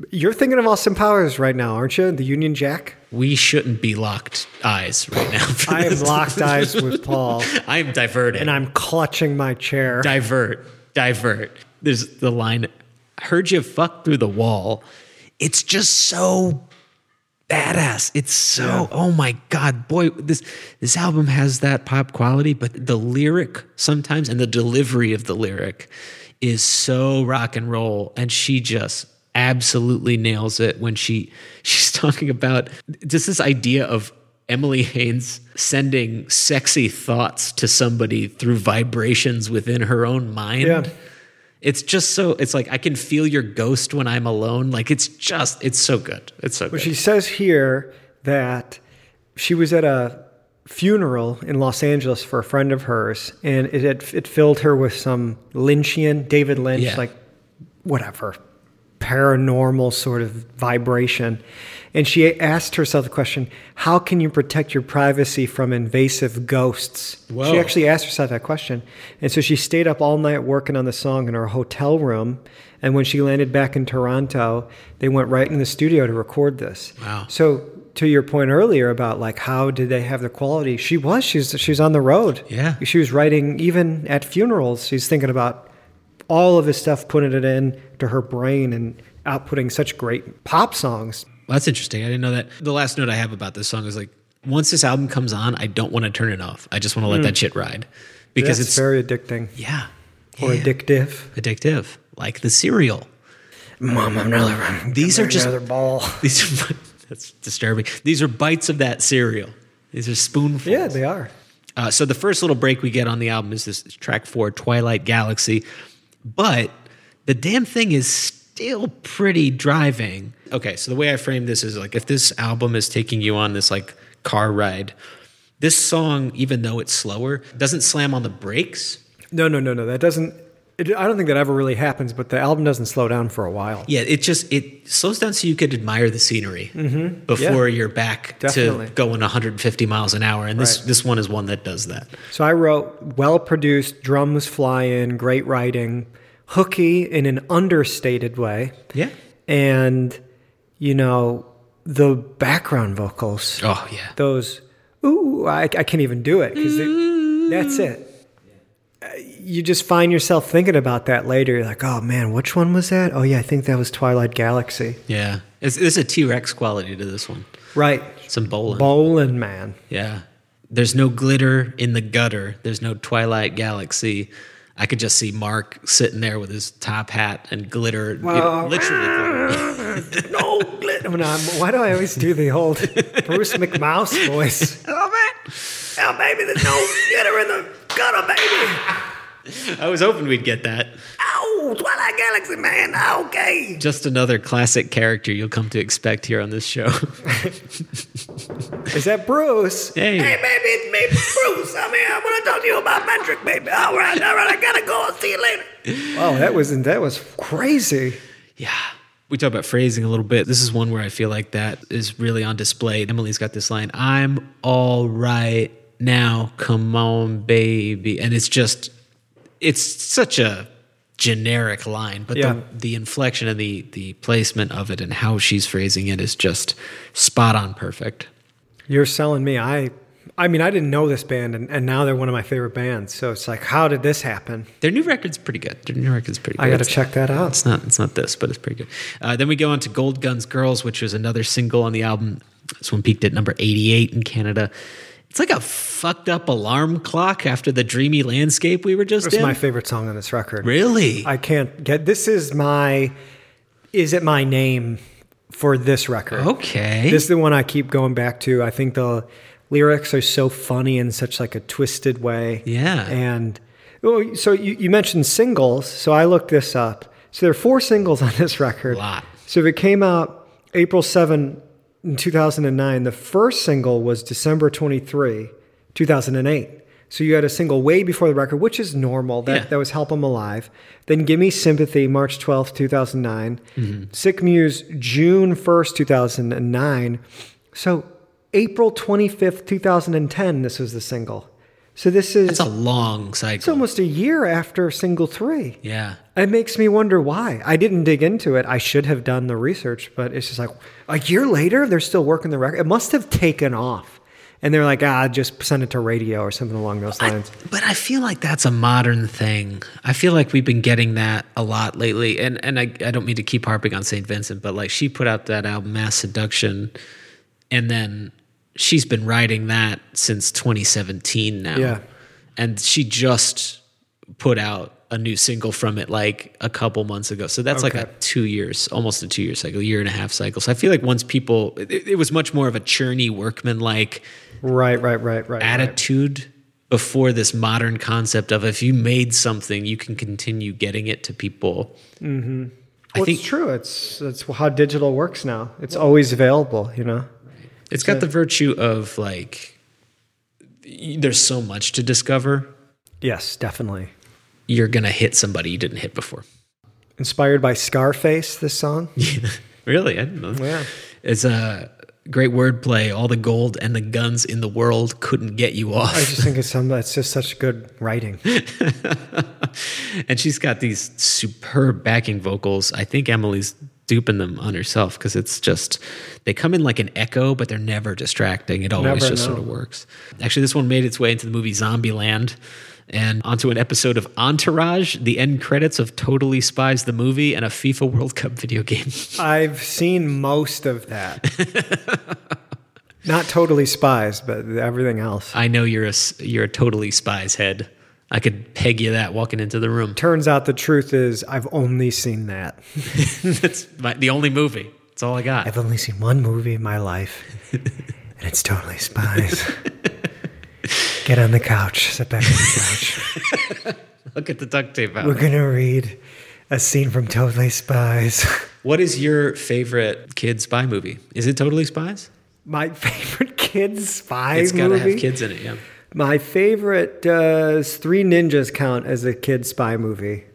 You're thinking of Austin Powers right now, aren't you? The Union Jack. We shouldn't be locked eyes right now. for I have this. locked eyes with Paul, I'm diverted. and I'm clutching my chair. divert, divert. There's the line, heard you fuck through the wall. It's just so badass. It's so oh my god, boy, this this album has that pop quality, but the lyric sometimes and the delivery of the lyric is so rock and roll and she just absolutely nails it when she she's talking about just this idea of Emily Haynes sending sexy thoughts to somebody through vibrations within her own mind Yeah. it's just so it's like i can feel your ghost when i'm alone like it's just it's so good it's so good She says here that she was at a funeral in Los Angeles for a friend of hers, and it had, it filled her with some Lynchian, David Lynch, Yeah. like whatever paranormal sort of vibration. And she asked herself the question, how can you protect your privacy from invasive ghosts? Whoa. She actually asked herself that question. And so she stayed up all night working on the song in her hotel room. And when she landed back in Toronto, they went right in the studio to record this. Wow. So to your point earlier about like how did they have the quality? She was she's she's on the road. Yeah. She was writing even at funerals. She's thinking about all of this stuff, putting it in to her brain and outputting such great pop songs. Well, that's interesting i didn't know that the last note i have about this song is like once this album comes on i don't want to turn it off i just want to let that shit ride because Hmm. That's it's very addicting yeah or Yeah. addictive. addictive like the cereal Mom, I'm another. These are just- another ball. these are that's disturbing these are bites of that cereal these are spoonfuls Yeah, they are. Uh, so the first little break we get on the album is this track four, Twilight Galaxy. But the damn thing is still pretty driving. Okay, so the way I frame this is like if this album is taking you on this like car ride, this song, even though it's slower, doesn't slam on the brakes. No, no, no, no. That doesn't. It, I don't think that ever really happens. But the album doesn't slow down for a while. Yeah, it just it slows down so you could admire the scenery before you're back Mm-hmm. Definitely. to going 150 miles an hour. And this Right. this one is one that does that. So I wrote well produced, drums fly in, great writing, hooky in an understated way. Yeah. And, you know, the background vocals, Oh yeah. those, ooh, I, I can't even do it because that's it. Uh, You just find yourself thinking about that later. You're like, oh man, which one was that? Oh yeah, I think that was Twilight Galaxy. Yeah. It's, it's a T Rex quality to this one. Right. Some bowling. Bowling Man. yeah. There's no glitter in the gutter. There's no Twilight Galaxy. I could just see Mark sitting there with his top hat and glitter. Well- literally glitter. No, glit- when I'm- why do I always do the old Bruce McMouse voice? Oh, baby, there's no glitter in the gutter, baby. I was hoping we'd get that. Oh, Twilight Galaxy, man. Ah, Okay. Just another classic character you'll come to expect here on this show. Is that Bruce? hey. baby, it's me, Bruce. I'm here. I want to talk to you about Patrick, baby. All right, all right. I gotta go. I'll see you later. Oh, that was that was crazy. Yeah. We talk about phrasing a little bit. This is one where I feel like that is really on display. Emily's got this line I'm all right now. Come on, baby. And it's just, it's such a generic line, but Yeah. the, the inflection and the, the placement of it and how she's phrasing it is just spot on perfect. You're selling me. I I mean, I didn't know this band and, and now they're one of my favorite bands. So it's like, how did this happen? Their new record's pretty good. Their new record's pretty good. I got to It's- check that out. It's not it's not this, but it's pretty good. Uh, then we go on to Gold Guns Girls, which was another single on the album. This one peaked at number 88 in Canada. It's like a fucked up alarm clock after the dreamy landscape we were just It's in. my favorite song on this record. really? I can't get this is my is it my name for this record. okay. This is the one I keep going back to. I think the lyrics are so funny in such like a twisted way. Yeah. And well, so you, you mentioned singles, so I looked this up. So there are four singles on this record. Lot. So if it came out April 7 in 2009, the first single was December 23, 2008. So you had a single way before the record, which is normal. That, Yeah. that was Help 'Em Alive. Then Gimme Sympathy, March 12th, 2009. Mm-hmm. Sick Muse, June 1st, 2009. So April 25th, 2010, this was the single. So this is That's a long cycle. it's almost a year after single three. yeah. It makes me wonder why. I didn't dig into it. I should have done the research, but it's just like a year later, they're still working the record. It must have taken off. And they're like, ah, just send it to radio or something along those lines. But I feel like that's a modern thing. I feel like we've been getting that a lot lately. And and I, I don't mean to keep harping on St. Vincent, but like she put out that album Mass Seduction And then she's been writing that since 2017 now. Yeah. And she just put out a new single from it like a couple months ago. So that's like Okay. a two years, almost a two year cycle, year and a half cycle. So I feel like once people, it, it was much more of a churny workman like Right, right, right, right. right. attitude before this modern concept of if you made something, you can continue getting it to people. Mm-hmm. I Well, think it's true. It's that's how digital works now. It's always available. You know. it's got the virtue of like, y- there's so much to discover. Yes, definitely. You're going to hit somebody you didn't hit before. Inspired by Scarface, this song. Really? I didn't know. Yeah. It's a great wordplay. All the gold and the guns in the world couldn't get you off. I just think it's some. It's just such good writing. and she's got these superb backing vocals. I think Emily's duping them on herself because it's just they come in like an echo, but they're never distracting. It always Never, just no. sort of works. Actually, this one made its way into the movie Zombieland and onto an episode of Entourage, the end credits of Totally Spies the movie, and a FIFA World Cup video game. I've seen most of that. Not totally spies, but everything else. I know you're a s- you're a Totally Spies head. I could peg you that walking into the room. Turns out the truth is I've only seen that. That's my, the only movie. That's all I got. I've only seen one movie in my life, and it's totally spies. Get on the couch. Sit back on the couch. Look at the duct tape out. We're gonna read a scene from Totally Spies. What is your favorite kid spy movie? Is it Totally Spies? My favorite kids spy It's got to movie. have kids in it, yeah. My favorite does Three Ninjas count as a kid spy movie?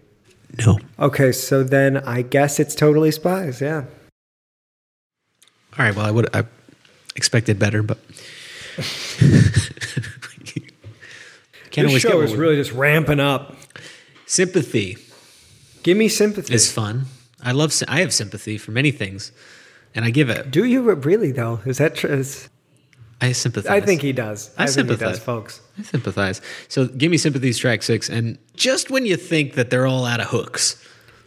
No. Okay, so then I guess it's totally spies. Yeah. All right, well, I would I expected better, but can't this always show get is what we- really just ramping up. sympathy Give me sympathy. is fun. I love sy- I have sympathy for many things, and I give it. Do you re- really though? Is that true? Is- I sympathize. I think he does. I think he does, sympathize. folks. I sympathize. So, give me sympathy, track six, and just when you think that they're all out of hooks,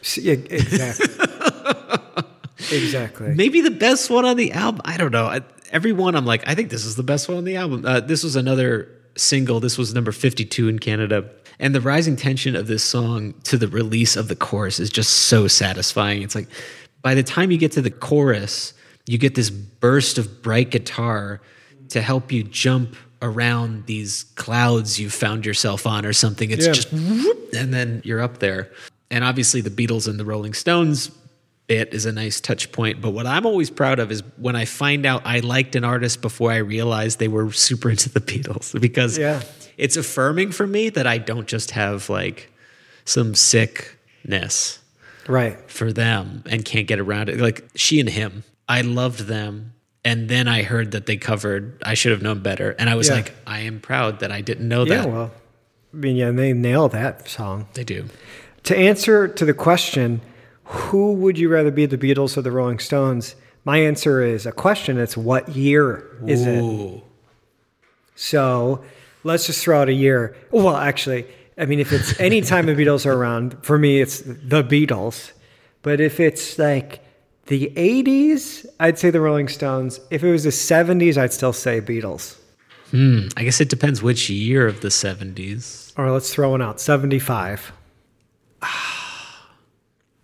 S- yeah, Exactly. exactly. maybe the best one on the album. I don't know. I, every one, I'm like, I think this is the best one on the album. Uh, this was another single. This was number 52 in Canada. And the rising tension of this song to the release of the chorus is just so satisfying. It's like by the time you get to the chorus, you get this burst of bright guitar to help you jump around these clouds you found yourself on or something. It's Yeah. just whoop, and then you're up there. And obviously the Beatles and the Rolling Stones bit is a nice touch point. But what I'm always proud of is when I find out I liked an artist before I realized they were super into the Beatles because Yeah. it's affirming for me that I don't just have like some sickness Right. for them and can't get around it. Like she and him, I loved them. And then I heard that they covered I Should Have Known Better. And I was Yeah. like, I am proud that I didn't know Yeah. that. Well, I mean, yeah, they nail that song. they do. To answer to the question, who would you rather be, the Beatles or the Rolling Stones? My answer is a question. It's what year is it? Ooh. So let's just throw out a year. Well, actually, I mean, if it's any time the Beatles are around, for me, it's the Beatles. But if it's like the 80s, I'd say the Rolling Stones. If it was the 70s, I'd still say Beatles. I guess it depends which year of the 70s. Or let's throw one out 75.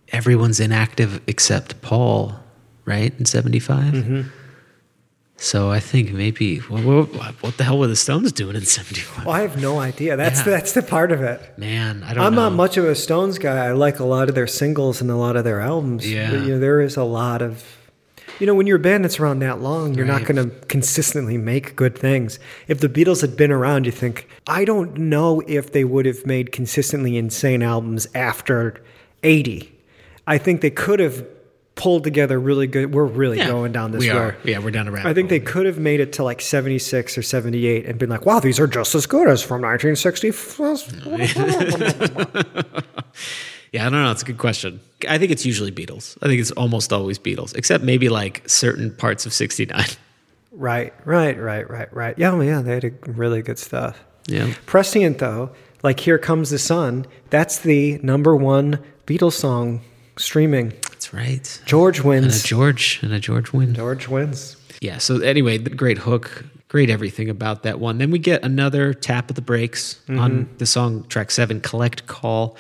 Everyone's inactive except Paul, right? In 75? Mm-hmm. So I think maybe, what, what, what the hell were the Stones doing in 75? Well, I have no idea. That's, Yeah. that's the part of it. Man, I don't I'm know. not much of a Stones guy. I like a lot of their singles and a lot of their albums. Yeah. But, you know, there is a lot of, you know, when you're a band that's around that long, you're Right. not going to consistently make good things. If the Beatles had been around, you think, I don't know if they would have made consistently insane albums after 80. I think they could have pulled together really good. We're really Yeah. going down this we road. Are. Yeah, we're down a rabbit I think hole. they could have made it to like 76 or 78 and been like, wow, these are just as good as from 1960. Yeah, I don't know. It's a good question. I think it's usually Beatles. I think it's almost always Beatles, except maybe like certain parts of 69. Right, right, right, right, right. Yeah, well, yeah, they had a really good stuff. Yeah. Prescient though, like "Here Comes the Sun," that's the number one Beatles song streaming. That's right. George And a wins. George and a George win. George wins. yeah, so anyway, the great hook, great everything about that one. Then we get another tap of the brakes on the song track seven, Collect Call.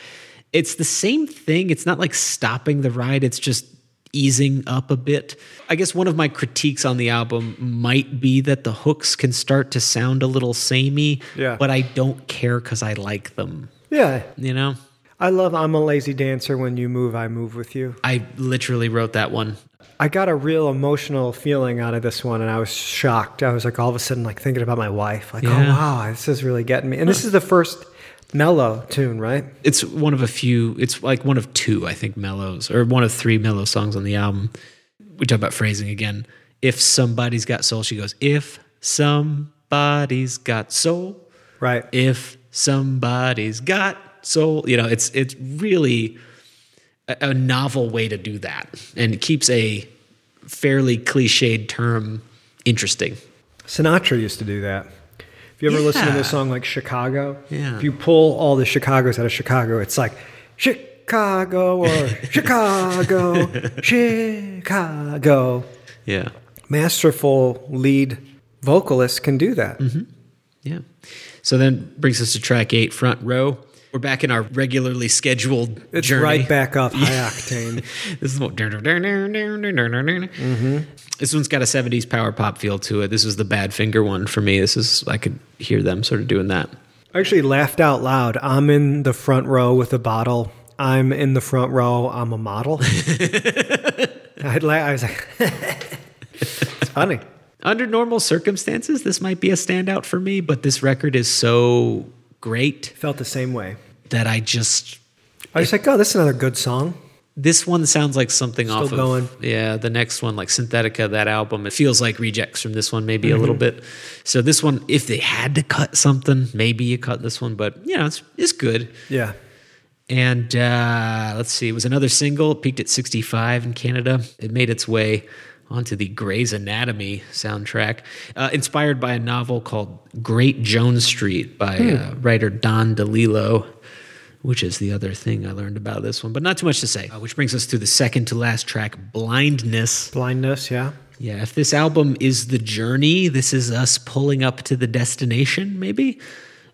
It's the same thing. It's not like stopping the ride, it's just easing up a bit. I guess one of my critiques on the album might be that the hooks can start to sound a little samey, Yeah. but I don't care because I like them, Yeah. you know? I love I'm a Lazy Dancer when you move, I move with you. I literally wrote that one. I got a real emotional feeling out of this one, and I was shocked. I was like, all of a sudden, like thinking about my wife. Like, oh Yeah. wow, this is really getting me. And this is the first mellow tune, right? It's one of a few, it's like one of two, I think, mellows, or one of three mellow songs on the album. We talk about phrasing again. If somebody's got soul, she goes, if somebody's got soul, Right. if somebody's got soul, you know, it's, it's really a, a novel way to do that. And it keeps a fairly cliched term interesting. Sinatra used to do that. If you ever listen to Yeah. this song like Chicago, Yeah. if you pull all the Chicago's out of Chicago, it's like Chicago or Chicago, Chicago. Yeah. Masterful lead vocalist can do that. Mm-hmm. Yeah. So then brings us to track eight, front row. We're back in our regularly scheduled It's journey. right back up high octane. This is what. Mm-hmm. This one's got a '70s power pop feel to it. This was the Bad Finger one for me. This is I could hear them sort of doing that. I actually laughed out loud. I'm in the front row with a bottle. I'm in the front row. I'm a model. I'd la- I was like, it's funny. Under normal circumstances, this might be a standout for me, but this record is so great Felt the same way. that I just I was like, oh, this is another good song. this one sounds like something off going. of yeah the next one like synthetica that album it feels like rejects from this one maybe a little bit so this one if they had to cut something maybe you cut this one but you know it's, it's good Yeah. and uh, let's see it was another single it peaked at 65 in canada it made its way onto the gray's anatomy soundtrack uh, inspired by a novel called great jones street by uh, writer don delillo which is the other thing I learned about this one, but not too much to say. Uh, which brings us to the second to last track, Blindness. Blindness, yeah. Yeah, if this album is the journey, this is us pulling up to the destination, maybe.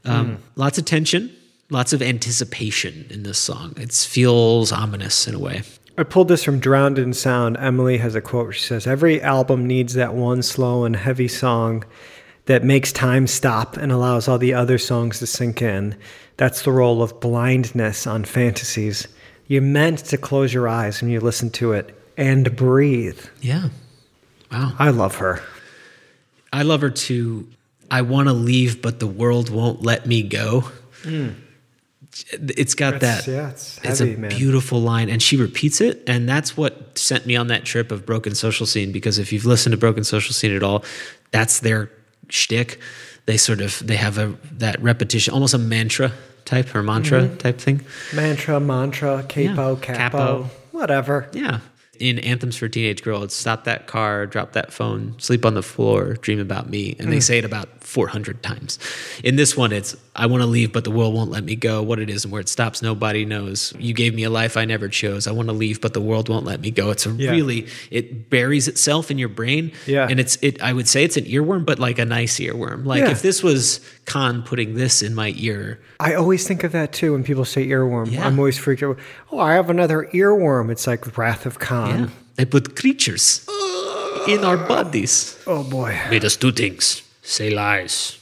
Um, Lots of tension, lots of anticipation in this song. It feels ominous in a way. I pulled this from Drowned in Sound. Emily has a quote where she says, Every album needs that one slow and heavy song that makes time stop and allows all the other songs to sink in. That's the role of blindness on fantasies. You're meant to close your eyes when you listen to it and breathe. Yeah. Wow. I love her. I love her too. I want to leave, but the world won't let me go. It's got Hmm. That's- that. yeah, it's a heavy, man. beautiful line, and she repeats it, and that's what sent me on that trip of Broken Social Scene. Because if you've listened to Broken Social Scene at all, that's their shtick. They sort of they have a that repetition, almost a mantra type or mantra Mm-hmm. type thing. Mantra, mantra, capo, Yeah. capo, Capo. whatever. Yeah. In Anthems for a Teenage Girl, it's stop that car, drop that phone, sleep on the floor, dream about me. Hmm. And they say it about 400 times. In this one, it's I want to leave, but the world won't let me go. What it is and where it stops, nobody knows. You gave me a life I never chose. I want to leave, but the world won't let me go. It's a Yeah. really, it buries itself in your brain. Yeah. And it's, it. I would say it's an earworm, but like a nice earworm. Like Yeah. if this was Khan putting this in my ear, I always think of that too when people say earworm. Yeah. I'm always freaked out. Oh, I have another earworm. It's like Wrath of Khan. yeah. I put creatures in our bodies. Oh boy. made us do things, say lies.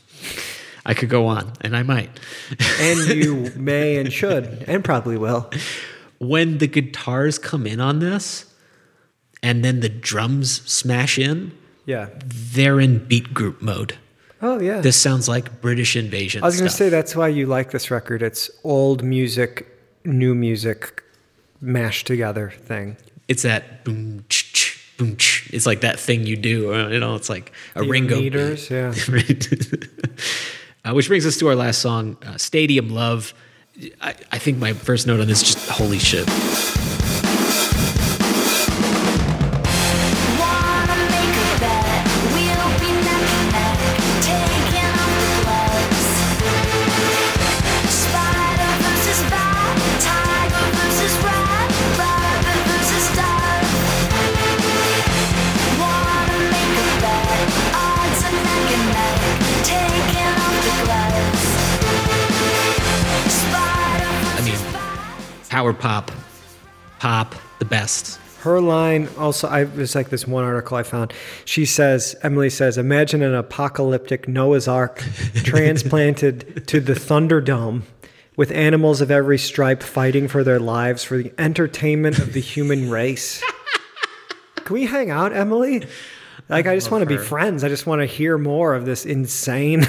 I could go on, and I might. and you may and should and probably will. when the guitars come in on this, and then the drums smash in, Yeah. they're in beat group mode. Oh yeah. This sounds like British invasion. I was going to stuff. say that's why you like this record. It's old music, new music mashed together thing. it's that boom, ch, ch, boom, ch. It's like that thing you do. or, You know, it's like a The Ringo. beat. meters, yeah. Right. uh, which brings us to our last song, uh, "Stadium Love." I, I think my first note on this is just holy shit. Wanna make a bet? We'll be neck and neck, taking on the gloves. Spider versus bat, tiger versus rat, rabbit versus dove. Wanna make a bet? Howard Pop, Pop, the best. Her line also, I it was like this one article I found. She says, Emily says, imagine an apocalyptic Noah's Ark transplanted to the Thunderdome with animals of every stripe fighting for their lives for the entertainment of the human race. Can we hang out, Emily? Like, I, just want to be friends. I just want to hear more of this insane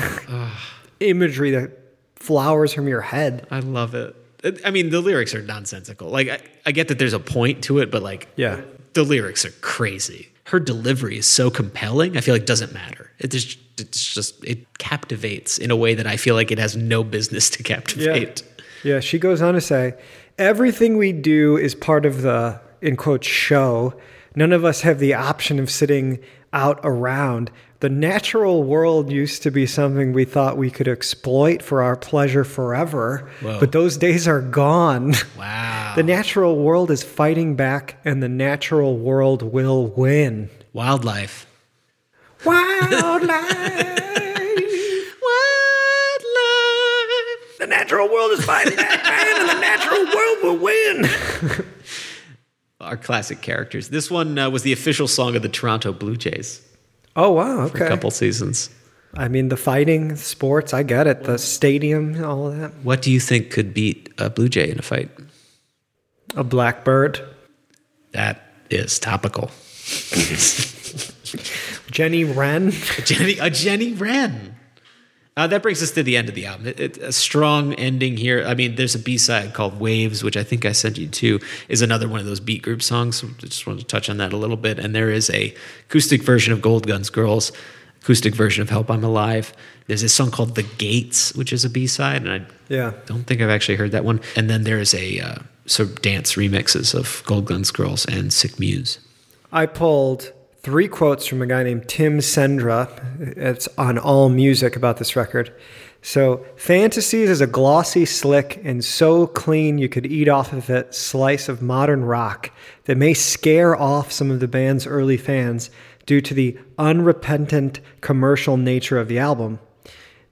imagery that flowers from your head. I love it. Uh, I- I mean, the lyrics are nonsensical. Like, I, I get that there's a point to it, but like, Yeah. the lyrics are crazy. Her delivery is so compelling. I feel like it doesn't matter. It is, it's just it captivates in a way that I feel like it has no business to captivate. Yeah, she goes on to say, everything we do is part of the, in quotes, show. None of us have the option of sitting out around. The natural world used to be something we thought we could exploit for our pleasure forever, Whoa. but those days are gone. Wow. The natural world is fighting back, and the natural world will win. Wildlife. Wildlife! Wildlife. The natural world is fighting back, man, and the natural world will win. Our classic characters. This one uh, was the official song of the Toronto Blue Jays oh, wow. for Okay. a couple seasons. I mean, the fighting, sports, I get it. The stadium, all of that. What do you think could beat a Blue Jay in a fight? A blackbird. That is topical. Jenny Wren. Jenny, a Jenny Wren. Uh, that brings us to the end of the album. It, it- a strong ending here. I mean, there's a B side called Waves, which I think I sent you to, is another one of those beat group songs. So I just wanted to touch on that a little bit. And there is a acoustic version of Gold Guns Girls, acoustic version of Help I'm Alive. There's this song called The Gates, which is a B side, and I Yeah. don't think I've actually heard that one. And then there is a uh, sort of dance remixes of Gold Guns Girls and Sick Muse. I pulled three quotes from a guy named Tim Sendra. It's on All Music about this record. So, Fantasies is a glossy, slick, and so clean you could eat off of it slice of modern rock that may scare off some of the band's early fans due to the unrepentant commercial nature of the album.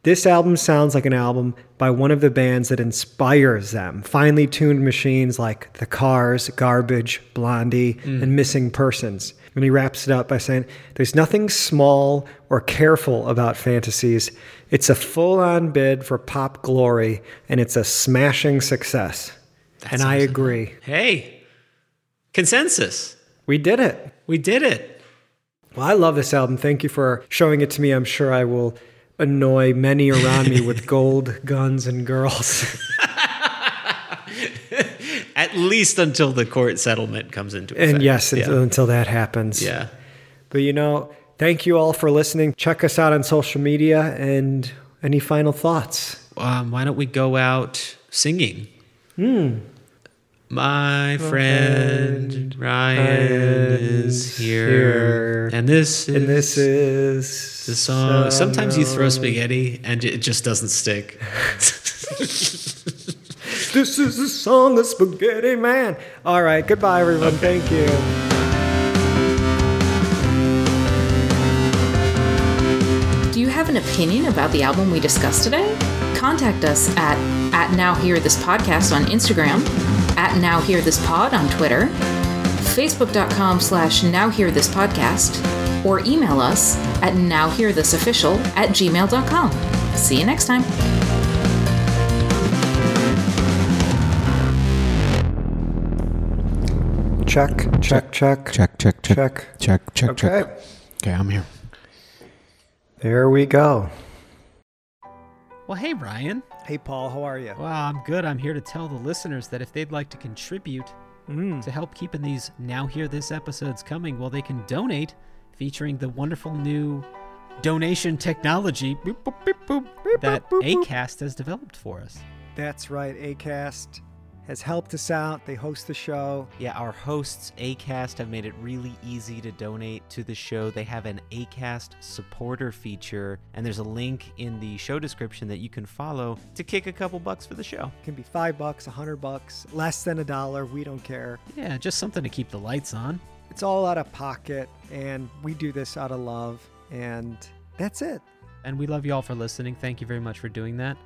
This album sounds like an album by one of the bands that inspires them. Finely tuned machines like The Cars, Garbage, Blondie, and Missing Persons. And he wraps it up by saying, There's nothing small or careful about fantasies. It's a full on bid for pop glory, and it's a smashing success. and I agree. Hey, consensus. We did it. We did it. Well, I love this album. Thank you for showing it to me. I'm sure I will annoy many around me with gold, guns, and girls. At least until the court settlement comes into effect. And yes, yeah. until, until that happens. yeah. But you know, thank you all for listening. Check us out on social media. And any final thoughts? Um, why don't we go out singing? Hmm. My friend Ryan is here, here. and this is And this is the song. Sometimes you throw spaghetti and it just doesn't stick. This is the song of Spaghetti Man. All right. Goodbye, everyone. Thank you. Do you have an opinion about the album we discussed today? Contact us at, at Now Hear This Podcast on Instagram, at Now Hear This Pod on Twitter, facebook.com slash Now Hear This Podcast, or email us at nowhearthisofficial at gmail.com. See you next time. Check, check, check. Check, check, check. Check. Check, check, Okay. check. Okay, I'm here. There we go. Well, hey, Ryan. Hey, Paul, how are you? Well, I'm good. I'm here to tell the listeners that if they'd like to contribute Hmm. Mm. to help keeping these Now Hear This episodes coming, well, they can donate featuring the wonderful new donation technology boop, boop, beep, boop, that ACAST has developed for us. That's right. ACAST has helped us out. They host the show. Yeah, our hosts, ACAST, have made it really easy to donate to the show. They have an ACAST supporter feature, and there's a link in the show description that you can follow to kick a couple bucks for the show. It can be five bucks, a hundred bucks, less than a dollar. We don't care. Yeah, just something to keep the lights on. It's all out of pocket, and we do this out of love, and that's it. And we love you all for listening. Thank you very much for doing that.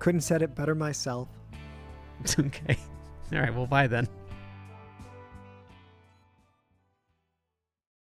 Couldn't said it better myself. okay. All right, we'll buy then.